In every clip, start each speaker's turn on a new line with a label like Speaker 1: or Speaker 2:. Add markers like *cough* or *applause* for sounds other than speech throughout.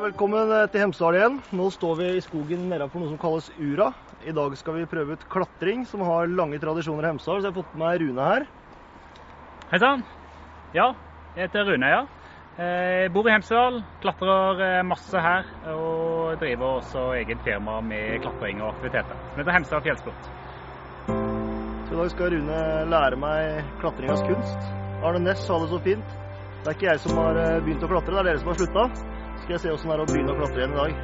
Speaker 1: velkommen eh, til Hemsedal igjen. Nå står vi i skogen nedenfor noe som kalles Ura. I dag skal vi prøve ut klatring, som har lange tradisjoner i Hemsedal. Så jeg har fått med meg Rune her.
Speaker 2: Hei sann. Ja, jeg heter Rune, ja. Eh, Jeg bor i Hemsedal, klatrer eh, masse her. Og driver også eget firma med klatring og aktiviteter som heter Hemsedal Fjellsport.
Speaker 1: Så i dag skal Rune lære meg klatringas kunst. Arne Næss sa det så fint. Det er ikke jeg som har eh, begynt å klatre, det er dere som har slutta. Så skal jeg se åssen det er å begynne å klatre igjen i dag.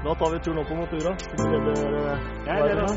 Speaker 1: Da tar vi turen opp mot Ura. Er du redd, eh,
Speaker 2: Jeg er redd,
Speaker 1: Rune?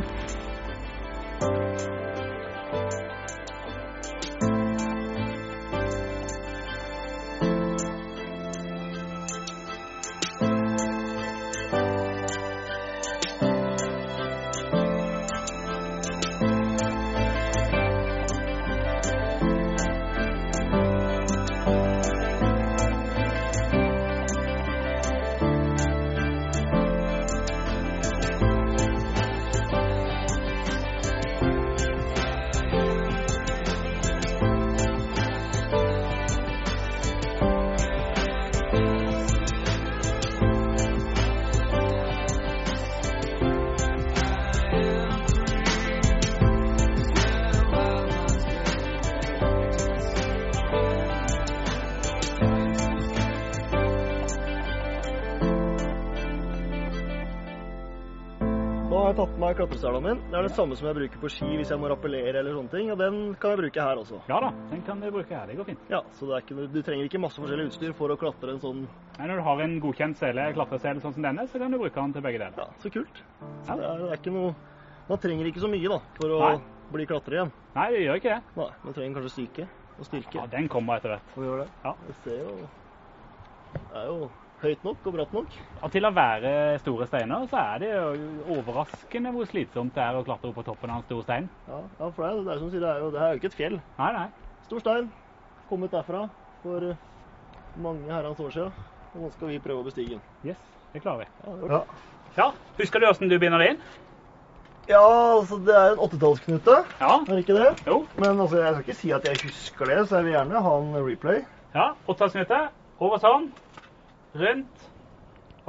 Speaker 1: Da har jeg tatt med meg klatresela min. Det er det samme som jeg bruker på ski hvis jeg må rappellere eller sånne ting. Og den kan jeg bruke her også.
Speaker 2: Ja da, den kan du bruke her. Det går fint.
Speaker 1: Ja, så det er ikke, noe- du trenger ikke masse forskjellig utstyr for å klatre en sånn
Speaker 2: Men når du har en godkjent sele, klatresele sånn som denne, så kan du bruke den til begge deler.
Speaker 1: Ja, så kult. Så
Speaker 2: Ja.
Speaker 1: det, er, det er ikke noe Man trenger ikke så mye, da, for å
Speaker 2: Nei.
Speaker 1: bli klatrer igjen.
Speaker 2: Nei, det gjør ikke det.
Speaker 1: Nei, Man trenger kanskje psyke og styrke.
Speaker 2: Ja, Den kommer etter hvert.
Speaker 1: Man gjør det.
Speaker 2: Ja.
Speaker 1: Det ser jo Det er jo høyt nok og bratt nok.
Speaker 2: Og til å være store steiner, så er det jo overraskende hvor slitsomt det er å klatre opp på toppen av en stor stein.
Speaker 1: Ja, ja for det er, det er som du sier, det er jo, det her er jo ikke et fjell.
Speaker 2: Nei, nei.
Speaker 1: Stor stein. Kommet derfra for eh, mange herrens år siden. Og nå skal vi prøve å bestige den.
Speaker 2: Yes, det klarer vi.
Speaker 1: Ja, det var
Speaker 3: Ja.
Speaker 2: Ja, Husker du åssen du begynner det inn?
Speaker 1: Ja, altså det er en åttetallsknute,
Speaker 2: Ja.
Speaker 1: er det ikke det?
Speaker 2: Jo.
Speaker 1: Men altså, jeg skal ikke si at jeg husker det, så jeg vil gjerne ha en replay.
Speaker 2: Ja, åttetallsknute. Over sånn. Rundt.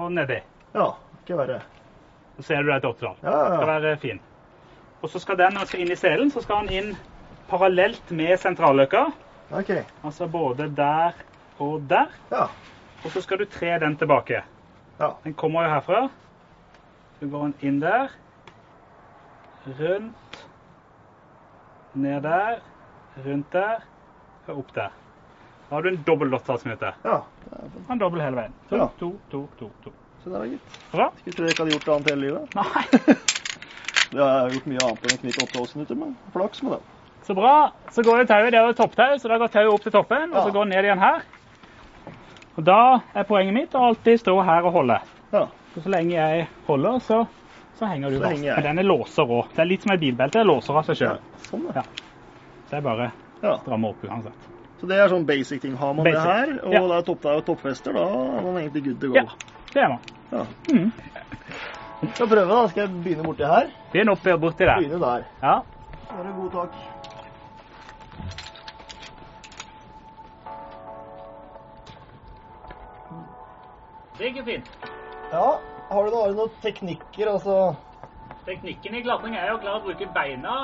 Speaker 2: Og nedi.
Speaker 1: Ja, ikke verre.
Speaker 2: Så ser du det er et åttetall.
Speaker 1: Ja, ja,
Speaker 2: Skal
Speaker 1: ja.
Speaker 2: være fin. Og så skal den altså inn i selen. Så skal den inn parallelt med sentralløkka.
Speaker 1: Ok,
Speaker 2: Altså både der og der.
Speaker 1: ja.
Speaker 2: Og så skal du tre den tilbake.
Speaker 1: Ja.
Speaker 2: Den kommer jo herfra. Så går den inn der. Rundt. Ned der. Rundt der. Og opp der. Da har du en dobbel åttetallsknute.
Speaker 1: Ja.
Speaker 2: Han dobbel hele veien. To,
Speaker 1: Ja.
Speaker 2: to, to, to, to.
Speaker 1: Se der, da, gitt.
Speaker 2: Bra.
Speaker 1: Skulle tro jeg ikke hadde gjort annet hele livet. *laughs*
Speaker 2: Nei.
Speaker 1: Jeg har gjort mye annet enn å knytte åtteåsen ute, men flaks med den.
Speaker 2: Så bra. Så går jo tauet, det er jo topptau, så da går tauet opp til toppen, og
Speaker 1: Ja.
Speaker 2: så går det ned igjen her. Og da er poenget mitt å alltid stå her og holde.
Speaker 1: Ja.
Speaker 2: Så så lenge jeg holder, så, så henger du
Speaker 1: Så
Speaker 2: fast.
Speaker 1: henger jeg.
Speaker 2: Men den er låser òg. Det er litt som et bilbelte, det låser av seg
Speaker 1: ja.
Speaker 2: sjøl.
Speaker 1: Sånn,
Speaker 2: Ja.
Speaker 1: ja.
Speaker 2: Så jeg bare
Speaker 1: ja.
Speaker 2: strammer opp uansett.
Speaker 1: Så det er sånn basic ting. Har man
Speaker 2: Basic.
Speaker 1: det her, og
Speaker 2: Ja.
Speaker 1: det er topp, det er jo toppfester, da er man egentlig good to go.
Speaker 2: Ja, det er man.
Speaker 1: Ja.
Speaker 2: Mm.
Speaker 1: Skal prøve, da. Skal jeg begynne borti her?
Speaker 2: Begynn opp og borti der.
Speaker 1: Begynne der.
Speaker 2: Ja.
Speaker 1: Bare god tak.
Speaker 2: Det gikk jo fint.
Speaker 1: Ja. Har du noe, har du noen teknikker, altså?
Speaker 2: Teknikken i klatring er jo klar å bruke beina.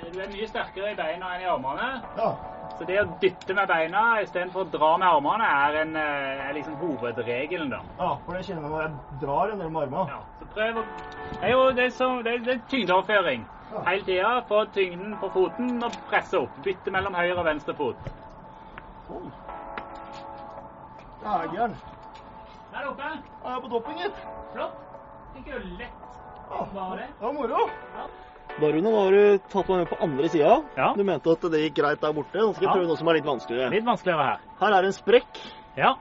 Speaker 2: Eh, Du er mye sterkere i beina enn i armene.
Speaker 1: Ja.
Speaker 2: Så det å dytte med beina istedenfor å dra med armene er, en, eh, er liksom hovedregelen, da.
Speaker 1: Ja, for det kjenner jeg når jeg drar en del med armene.
Speaker 2: Ja, så prøv å Det er jo det er som, det er, det er tyngdeoverføring.
Speaker 1: Ja.
Speaker 2: Hele tida få tyngden på foten og presse opp. Bytte mellom høyre og venstre fot.
Speaker 1: Oi. Ja, jeg er gæren.
Speaker 2: Der oppe.
Speaker 1: Ja, Jeg er på toppen, gitt.
Speaker 2: Flott. Det gikk jo lett.
Speaker 1: Ja,
Speaker 2: Var det?
Speaker 1: var moro.
Speaker 2: Ja.
Speaker 1: Da, Rune, nå har du tatt meg med på andre sida.
Speaker 2: Ja.
Speaker 1: Du mente at det gikk greit der borte. Nå skal jeg
Speaker 2: Ja.
Speaker 1: prøve noe som er litt vanskeligere.
Speaker 2: Litt vanskeligere her.
Speaker 1: Her er en sprekk.
Speaker 2: Ja.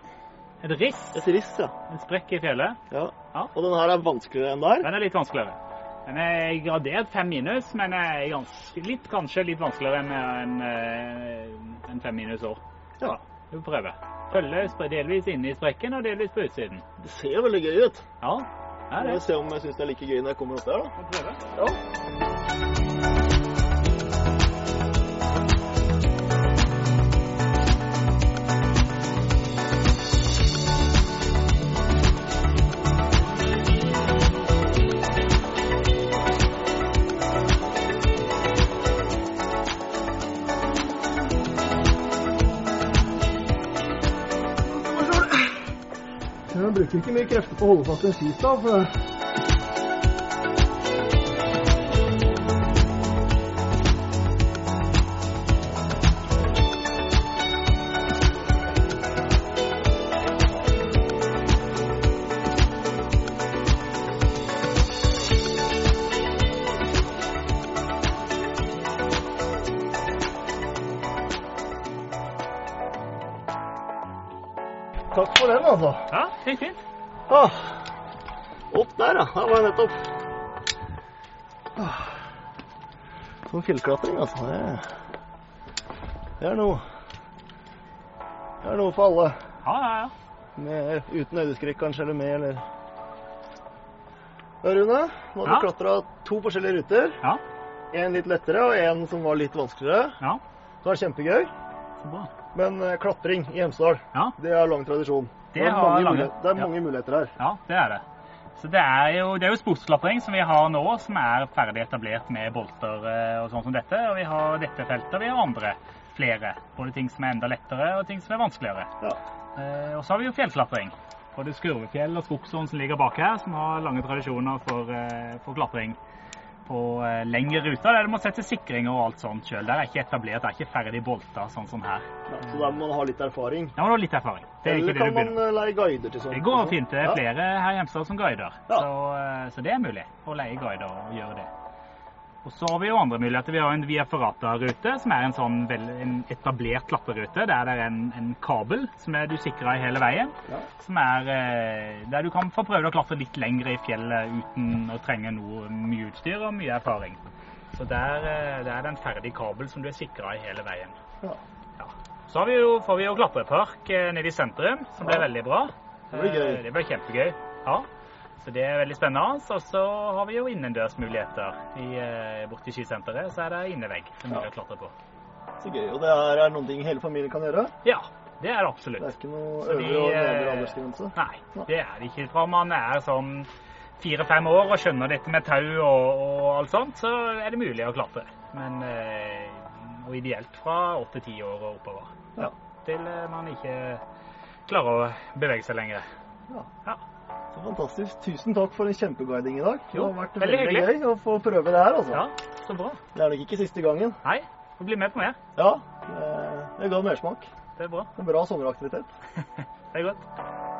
Speaker 2: Et riss.
Speaker 1: Et riss, ja.
Speaker 2: En sprekk i fjellet.
Speaker 1: ja.
Speaker 2: Ja.
Speaker 1: Og den her er vanskeligere enn der.
Speaker 2: Den er litt vanskeligere. Den er gradert fem minus, men er ganske, litt, kanskje litt vanskeligere enn en, en fem minus år.
Speaker 1: Ja.
Speaker 2: Vi får prøve. Følge spre- delvis inne i sprekken og delvis på utsiden.
Speaker 1: Det ser jo veldig gøy ut.
Speaker 2: Ja, det er
Speaker 1: Vi
Speaker 2: det.
Speaker 1: får se om jeg syns det er like gøy når jeg kommer opp der, da.
Speaker 2: Vi får prøve.
Speaker 1: Ja.
Speaker 3: Klatreren bruker ikke mye krefter på å holde fast en skistav. for det-
Speaker 1: Takk for den, altså.
Speaker 2: Ja, det gikk fint.
Speaker 1: Ah, opp der, ja. Der var jeg nettopp. Ah, sånn fjellklatring, altså. Det, det er noe. Det er noe for alle.
Speaker 2: Ja, ja, ja.
Speaker 1: Med, uten øyeskrekk, kanskje, eller med, eller Ja, Rune, nå har du
Speaker 2: Ja.
Speaker 1: klatra to forskjellige ruter.
Speaker 2: Ja.
Speaker 1: En litt lettere og en som var litt vanskeligere.
Speaker 2: Ja.
Speaker 1: Det var kjempegøy.
Speaker 2: Så bra.
Speaker 1: Men eh, klatring i Hemsedal,
Speaker 2: Ja.
Speaker 1: det har lang tradisjon.
Speaker 2: Det
Speaker 1: er
Speaker 2: har
Speaker 1: mange,
Speaker 2: lange-
Speaker 1: mulighet- det er
Speaker 2: ja.
Speaker 1: mange muligheter her.
Speaker 2: Ja, det er det. Så det er jo, det er jo sportsklatring som vi har nå, som er ferdig etablert med bolter eh, og sånn som dette. Og vi har dette feltet, og vi har andre. Flere. Både ting som er enda lettere, og ting som er vanskeligere.
Speaker 1: Ja.
Speaker 2: Eh, og så har vi jo fjellklatring. Både Skurvefjell og Skogsåen som ligger bak her, som har lange tradisjoner for, eh, for klatring på eh, lengre ruter. Der du må sette sikringer og alt sånt sjøl. Der er ikke etablert, det er ikke ferdig bolter sånn som her.
Speaker 1: Ja, så der må man ha litt erfaring.
Speaker 2: Der må du ha litt erfaring. Det er
Speaker 1: Eller
Speaker 2: ikke det
Speaker 1: kan
Speaker 2: du begynner
Speaker 1: man eh, leie guider til sånt?
Speaker 2: det går fint. Det er
Speaker 1: Ja.
Speaker 2: flere her i Hemsedal som guider.
Speaker 1: Ja.
Speaker 2: Så, eh, så det er mulig å leie guider og gjøre det. Og så har vi jo andre muligheter. Vi har en Via Ferrata-rute, som er en sånn vel, en etablert klatterrute. Der det er en, en kabel som er du sikra i hele veien.
Speaker 1: Ja.
Speaker 2: Som er eh, der du kan få prøve å klatre litt lengre i fjellet uten å trenge noe mye utstyr og mye erfaring. Så der, eh, der er det en ferdig kabel som du er sikra i hele veien.
Speaker 1: Ja.
Speaker 2: Så har vi jo, får vi jo klatrepark eh, nede i sentrum, som ble
Speaker 1: Ja.
Speaker 2: veldig bra.
Speaker 1: Det blir gøy.
Speaker 2: Eh, Det ble kjempegøy. Ja. Så det er veldig spennende. Og så har vi jo innendørsmuligheter. I, eh, borti skisenteret så er det innevegg som
Speaker 1: Ja.
Speaker 2: vi kan klatre på.
Speaker 1: Så gøy. Og det her er noen ting hele familien kan gjøre.
Speaker 2: Ja, det er det
Speaker 1: Det
Speaker 2: absolutt.
Speaker 1: er ikke noe
Speaker 2: Så de,
Speaker 1: øvre og nedre
Speaker 2: eh,
Speaker 1: aldersgrense.
Speaker 2: Nei, det er det ikke. Fra man er sånn fire-fem år og skjønner dette med tau og, og alt sånt, så er det mulig å klatre. Men eh, og ideelt fra åtte-ti år og oppover.
Speaker 1: Ja.
Speaker 2: Til eh, man ikke klarer å bevege seg lenger.
Speaker 1: Så fantastisk. Tusen takk for en kjempeguiding i dag.
Speaker 2: Jo,
Speaker 1: det har vært
Speaker 2: veldig
Speaker 1: veldig, gøy å få prøve det her, altså.
Speaker 2: Ja, så bra.
Speaker 1: Det er nok ikke siste gangen.
Speaker 2: Nei, få bli med på mer.
Speaker 1: Ja. eh, Det ga mersmak.
Speaker 2: Det er bra. *laughs*
Speaker 1: En bra sommeraktivitet.
Speaker 2: Det er godt.